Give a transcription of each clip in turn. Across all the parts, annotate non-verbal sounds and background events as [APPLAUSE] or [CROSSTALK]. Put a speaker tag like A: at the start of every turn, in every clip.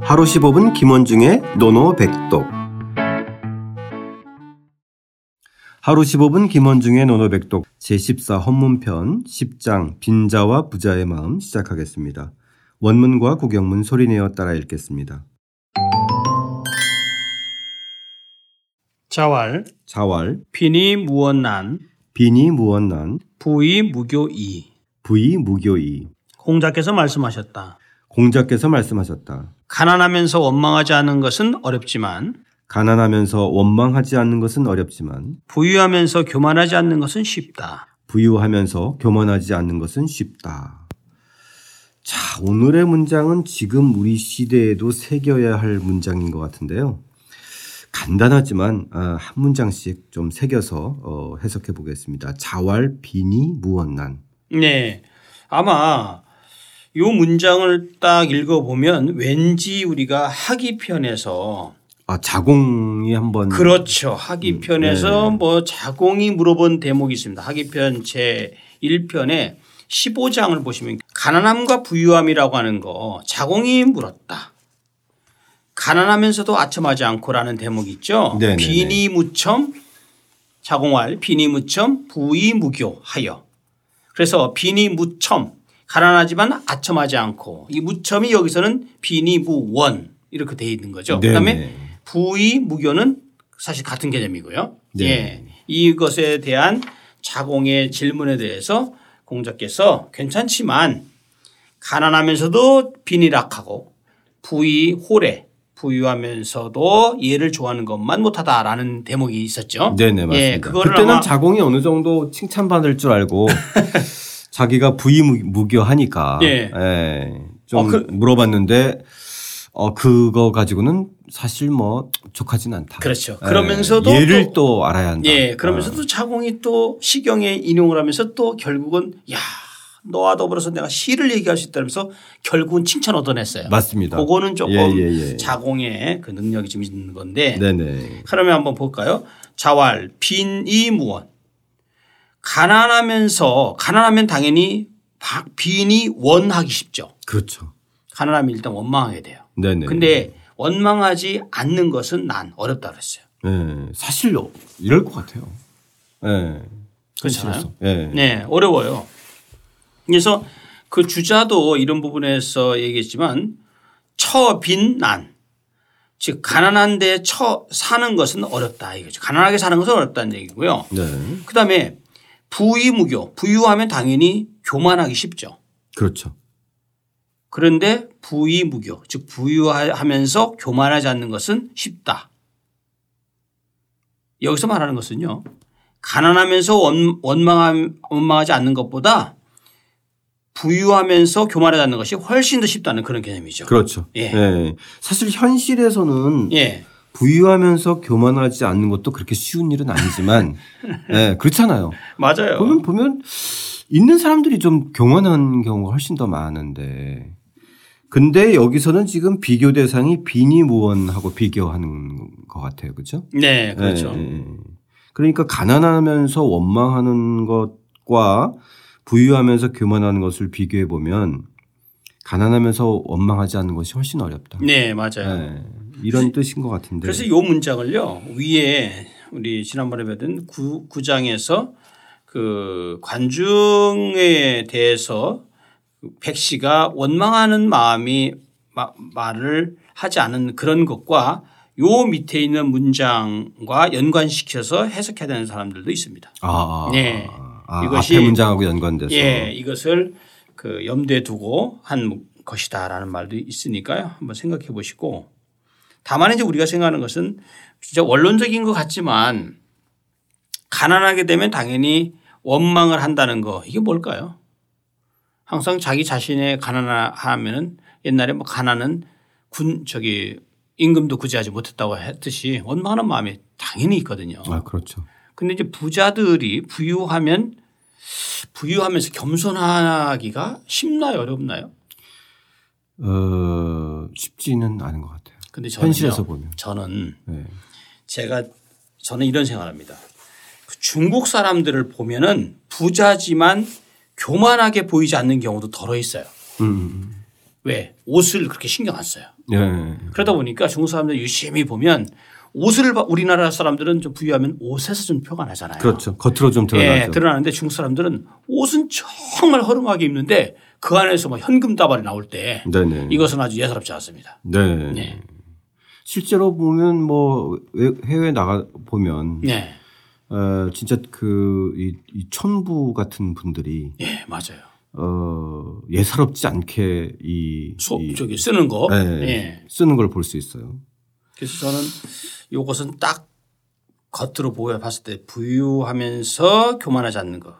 A: 하루 15분 김원중의 노노백독 하루 15분 김원중의 노노백독 제14 헌문편 10장 빈자와 부자의 마음 시작하겠습니다. 원문과 구경문 소리내어 따라 읽겠습니다.
B: 자왈
A: 자왈
B: 빈이 무언난
A: 빈이 무언난
B: 부이 무교이
A: 부이 무교이
B: 공자께서 말씀하셨다.
A: 공자께서 말씀하셨다.
B: 가난하면서 원망하지 않은 것은 어렵지만
A: 가난하면서 원망하지 않는 것은 어렵지만
B: 부유하면서 교만하지 않는 것은 쉽다.
A: 부유하면서 교만하지 않는 것은 쉽다. 자, 오늘의 문장은 지금 우리 시대에도 새겨야 할 문장인 것 같은데요. 간단하지만 아, 한 문장씩 좀 새겨서 어, 해석해 보겠습니다. 자왈 비니 무언난.
B: 네, 아마 요 문장을 딱 읽어보면 왠지 우리가 학이 편에서
A: 아, 자공이 한번
B: 그렇죠. 학위편에서
A: 음, 네.
B: 뭐 자공이 물어본 대목이 있습니다. 학위편 제 1편에 15장을 보시면 가난함과 부유함이라고 하는 거 자공이 물었다. 가난하면서도 아첨하지 않고라는 대목이 있죠.
A: 네네네.
B: 비니 무첨 자공할 비니 무첨 부이 무교하여. 그래서 비니 무첨 가난하지만 아첨하지 않고 이 무첨이 여기서는 비니 무원 이렇게 돼 있는 거죠. 그다음에
A: 네네.
B: 부의 무교는 사실 같은 개념이고요.
A: 네.
B: 예. 이것에 대한 자공의 질문에 대해서 공자께서 괜찮지만 가난하면서도 빈이락하고 부의 호래 부유하면서도 얘를 좋아하는 것만 못하다라는 대목이 있었죠.
A: 네네 맞습니다.
B: 예, 그거를
A: 그때는
B: 아마
A: 자공이 어느 정도 칭찬받을 줄
B: [LAUGHS]
A: 알고 자기가 부의무교하니까
B: 예.
A: 좀
B: 어, 그-
A: 물어봤는데 어 그거 가지고는 사실 뭐 족하진 않다.
B: 그렇죠.
A: 예,
B: 그러면서도
A: 예를
B: 또-
A: 또, 알아야 한다. 어.
B: 예, 그러면서도 자공이 또 시경에 인용을 하면서 또 결국은 야 너와 더불어서 내가 시를 얘기할 수 있다면서 결국은 칭찬 얻어냈어요.
A: 어, 맞습니다.
B: 그거는 조금
A: 예, 예, 예.
B: 자공의 그 능력이 좀 있는 건데
A: 네네.
B: 그러면 한번 볼까요? 자활 빈이 무원 가난하면서 가난하면 당연히 박- 빈이 원하기 쉽죠.
A: 그렇죠.
B: 가난하면 일단 원망하게 돼요.
A: 네네.
B: 근데 원망하지 않는 것은 난 어렵다 그랬어요.
A: 예, 사실 이럴 것 같아요. 예.
B: 그렇잖아요.
A: 예.
B: 네, 어려워요. 그래서 그 주자도 이런 부분에서 얘기했지만 처빈난 즉 가난한데 처 사는 것은 어렵다 이거죠. 가난하게 사는 것은 어렵다는 얘기고요.
A: 네.
B: 그다음에 부의무교 부유하면 당연히 교만하기 쉽죠.
A: 그렇죠.
B: 그런데 부의무교 즉 부유하면서 교만하지 않는 것은 쉽다. 여기서 말하는 것은요. 가난하면서 원, 원망함, 원망하지 않는 것보다 부유하면서 교만하지 않는 것이 훨씬 더 쉽다는 그런 개념이죠.
A: 그렇죠.
B: 예.
A: 예. 사실 현실에서는
B: 예.
A: 부유하면서 교만하지 않는 것도 그렇게 쉬운 일은
B: [LAUGHS]
A: 아니지만, 예, 그렇잖아요.
B: 맞아요.
A: 보면 보면 있는 사람들이 좀 교만한 경우가 훨씬 더 많은데, 근데 여기서는 지금 비교 대상이 비니무원하고 비교하는 것 같아요, 그렇죠?
B: 네, 그렇죠.
A: 예, 예, 예. 그러니까 가난하면서 원망하는 것과 부유하면서 교만하는 것을 비교해 보면 가난하면서 원망하지 않는 것이 훨씬 어렵다.
B: 네, 맞아요.
A: 예, 이런 뜻인 것 같은데.
B: 그래서 요 문장을요 위에 우리 지난번에 배운 구, 구장에서 그 관중에 대해서 백 씨가 원망하는 마음이 마- 말을 하지 않은 그런 것과 요 밑에 있는 문장과 연관시켜서 해석해야 되는 사람들도 있습니다.
A: 아,
B: 네.
A: 아,
B: 이것이-
A: 앞에 문장하고 연관돼서.
B: 예, 이것을 그 염두에 두고 한 것이다라는 말도 있으니까요. 한번 생각해 보시고 다만 이제 우리가 생각하는 것은 진짜 원론적인 것 같지만 가난하게 되면 당연히 원망을 한다는 거 이게 뭘까요? 항상 자기 자신의 가난하면은 옛날에 뭐 가난은 군 저기 임금도 구제하지 못했다고 했듯이 원망하는 마음이 당연히 있거든요.
A: 아, 그렇죠.
B: 근데 이제 부자들이 부유하면 부유하면서 겸손하기가 쉽나요, 어렵나요?
A: 어, 쉽지는 않은 것 같아요.
B: 근데 저는
A: 현실에서 보면.
B: 저는
A: 네.
B: 제가 저는 이런 생각합니다. 그 중국 사람들을 보면은 부자지만 교만하게 보이지 않는 경우도 덜어 있어요.
A: 음, 음,
B: 왜? 옷을 그렇게 신경 안 써요.
A: 예, 예.
B: 그러다 보니까 중국 사람들 유심히 보면 옷을 봐- 우리나라 사람들은 좀 부유하면 옷에서 좀 표가 나잖아요.
A: 그렇죠. 겉으로 좀
B: 예,
A: 드러나죠.
B: 드러나는데 중국 사람들은 옷은 정말 허름하게 입는데 그 안에서 뭐 현금 다발이 나올 때
A: 네네.
B: 이것은 아주 예사롭지 않습니다.
A: 네.
B: 네.
A: 실제로 보면 뭐 외- 해외 나가 보면
B: 네.
A: 어, 진짜 그이 이 천부 같은 분들이
B: 예, 맞아요.
A: 어, 예사롭지 않게 이,
B: 소,
A: 이-
B: 저기 쓰는 거.
A: 네,
B: 예.
A: 쓰는 걸 볼 수 있어요.
B: 그래서 저는 이것은 딱 겉으로 보여 봤을 때 부유하면서 교만하지 않는 것.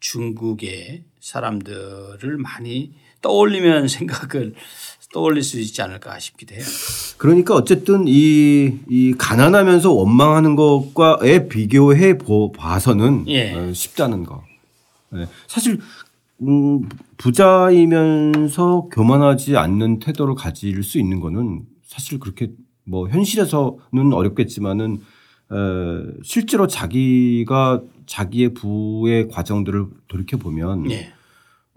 B: 중국의 사람들을 많이 떠올리면 [LAUGHS] 생각을 떠올릴 수 있지 않을까 싶기도 해요.
A: 그러니까 어쨌든 이, 이 가난하면서 원망하는 것과에 비교해 보, 봐서는
B: 예.
A: 어, 쉽다는 거. 예. 사실 음, 부자이면서 교만하지 않는 태도를 가질 수 있는 거는 사실 그렇게 뭐 현실에서는 어렵겠지만은 에, 실제로 자기가 자기의 부의 과정들을 돌이켜 보면
B: 예.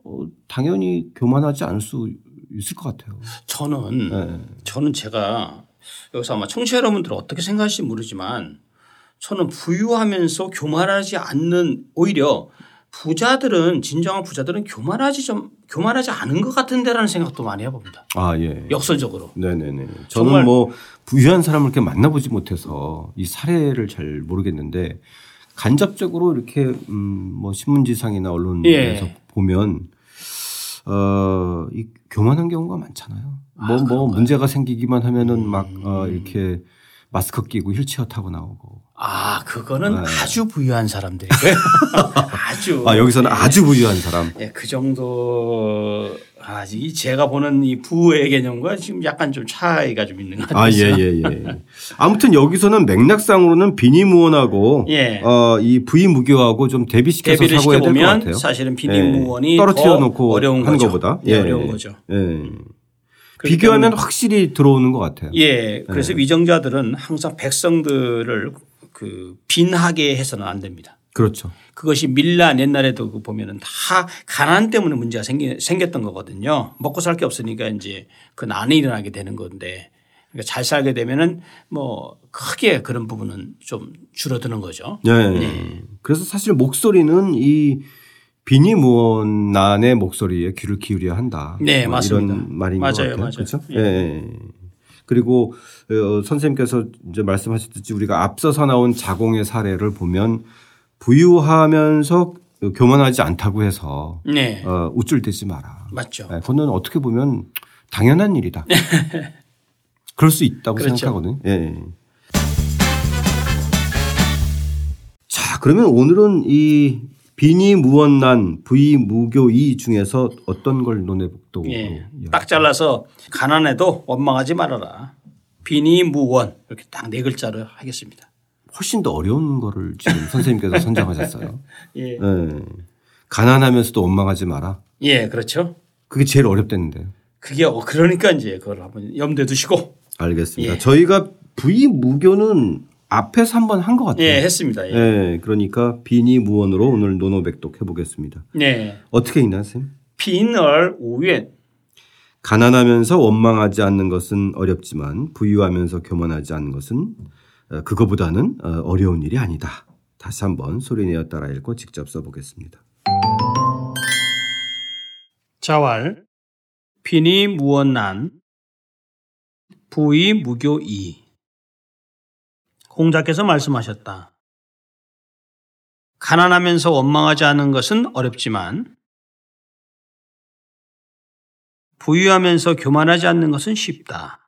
A: 어, 당연히 교만하지 않을 수 있을 것 같아요.
B: 저는
A: 네.
B: 저는 제가 여기서 아마 청취자 여러분들 어떻게 생각하실지 모르지만 저는 부유하면서 교만하지 않는 오히려 부자들은 진정한 부자들은 교만하지 좀 교만하지 않은 것 같은데라는 생각도 많이 해봅니다.
A: 아 예.
B: 역설적으로
A: 네네네. 저는
B: 정말-
A: 뭐 부유한 사람을 이렇게 만나보지 못해서 이 사례를 잘 모르겠는데 간접적으로 이렇게 음뭐 신문지상이나 언론에서
B: 예.
A: 보면 어이 교만한 경우가 많잖아요. 뭐 뭐 문제가 생기기만 하면은 막
B: 음.
A: 어, 이렇게 마스크 끼고 휠체어 타고 나오고.
B: 아 그거는 아주 부유한 사람들이 [LAUGHS] 아주
A: 네. 아 여기서는 아주 부유한 사람.
B: 예, 그 정도 아, 이 제가 보는 이 부의 개념과 지금 약간 좀 차이가 좀 있는 것 같아요.
A: 아, 예, 예, 예. 아무튼 여기서는 맥락상으로는 비니무원하고
B: 예.
A: 어, 이 부의무교하고 좀 대비시켜서
B: 대비를
A: 사고해야 될 것
B: 시켜보면
A: 같아요.
B: 사실은
A: 예.
B: 비딩무원이
A: 떨어뜨려 놓고
B: 어려운
A: 한
B: 거죠.
A: 것보다.
B: 예, 어려운 거죠.
A: 예. 비교하면 확실히 들어오는 것 같아요.
B: 예, 그래서 위정자들은 항상 백성들을 그 빈하게 해서는 안 됩니다.
A: 그렇죠.
B: 그것이 밀란 옛날에도 그 보면은 다 가난 때문에 문제가 생기, 생겼던 거거든요. 먹고 살 게 없으니까 이제 그 난이 일어나게 되는 건데 그러니까 잘 살게 되면은 뭐 크게 그런 부분은 좀 줄어드는 거죠.
A: 예.
B: 네.
A: 그래서 사실 목소리는 이 비니무원난의 목소리에 귀를 기울여야 한다.
B: 네,
A: 뭐
B: 맞습니다.
A: 이런 말인
B: 맞아요,
A: 것 같아요.
B: 맞아요.
A: 그렇죠?
B: 예.
A: 예. 그리고 어, 선생님께서 이제 말씀하셨듯이 우리가 앞서서 나온 자공의 사례를 보면 부유하면서 교만하지 않다고 해서
B: 네,
A: 어, 우쭐대지 마라.
B: 맞죠.
A: 예, 그거는 어떻게 보면 당연한
B: [LAUGHS]
A: 일이다. 그럴 수 있다고
B: 그렇죠.
A: 생각하거든요. 예, 예. 자, 그러면 오늘은 이 비니 무원난 부이 무교 이 중에서 어떤 걸 논해 복도
B: 예. 딱 잘라서 가난해도 원망하지 말아라. 비니 무원 이렇게 딱 네 글자로 하겠습니다.
A: 훨씬 더 어려운 거를 지금 선생님께서
B: [LAUGHS]
A: 선정하셨어요.
B: 예.
A: 예. 가난하면서도 원망하지 마라.
B: 예, 그렇죠.
A: 그게 제일 어렵다는데요.
B: 그게 어- 그러니까 이제 그걸 한번 염두에 두시고
A: 알겠습니다.
B: 예.
A: 저희가 부이 무교는 앞에서 한번 한 것 같아요.
B: 예, 했습니다. 예.
A: 예, 그러니까 비니 무원으로 오늘 노노백독 해보겠습니다.
B: 네.
A: 어떻게 읽나요, 쌤?
B: 빈얼 우연
A: 가난하면서 원망하지 않는 것은 어렵지만 부유하면서 교만하지 않는 것은 어, 그거보다는 어, 어려운 일이 아니다. 다시 한번 소리내어 따라 읽고 직접 써보겠습니다.
B: 자왈 빈이 무언난 부이 무교이 공자께서 말씀하셨다. 가난하면서 원망하지 않은 것은 어렵지만 부유하면서 교만하지 않는 것은 쉽다.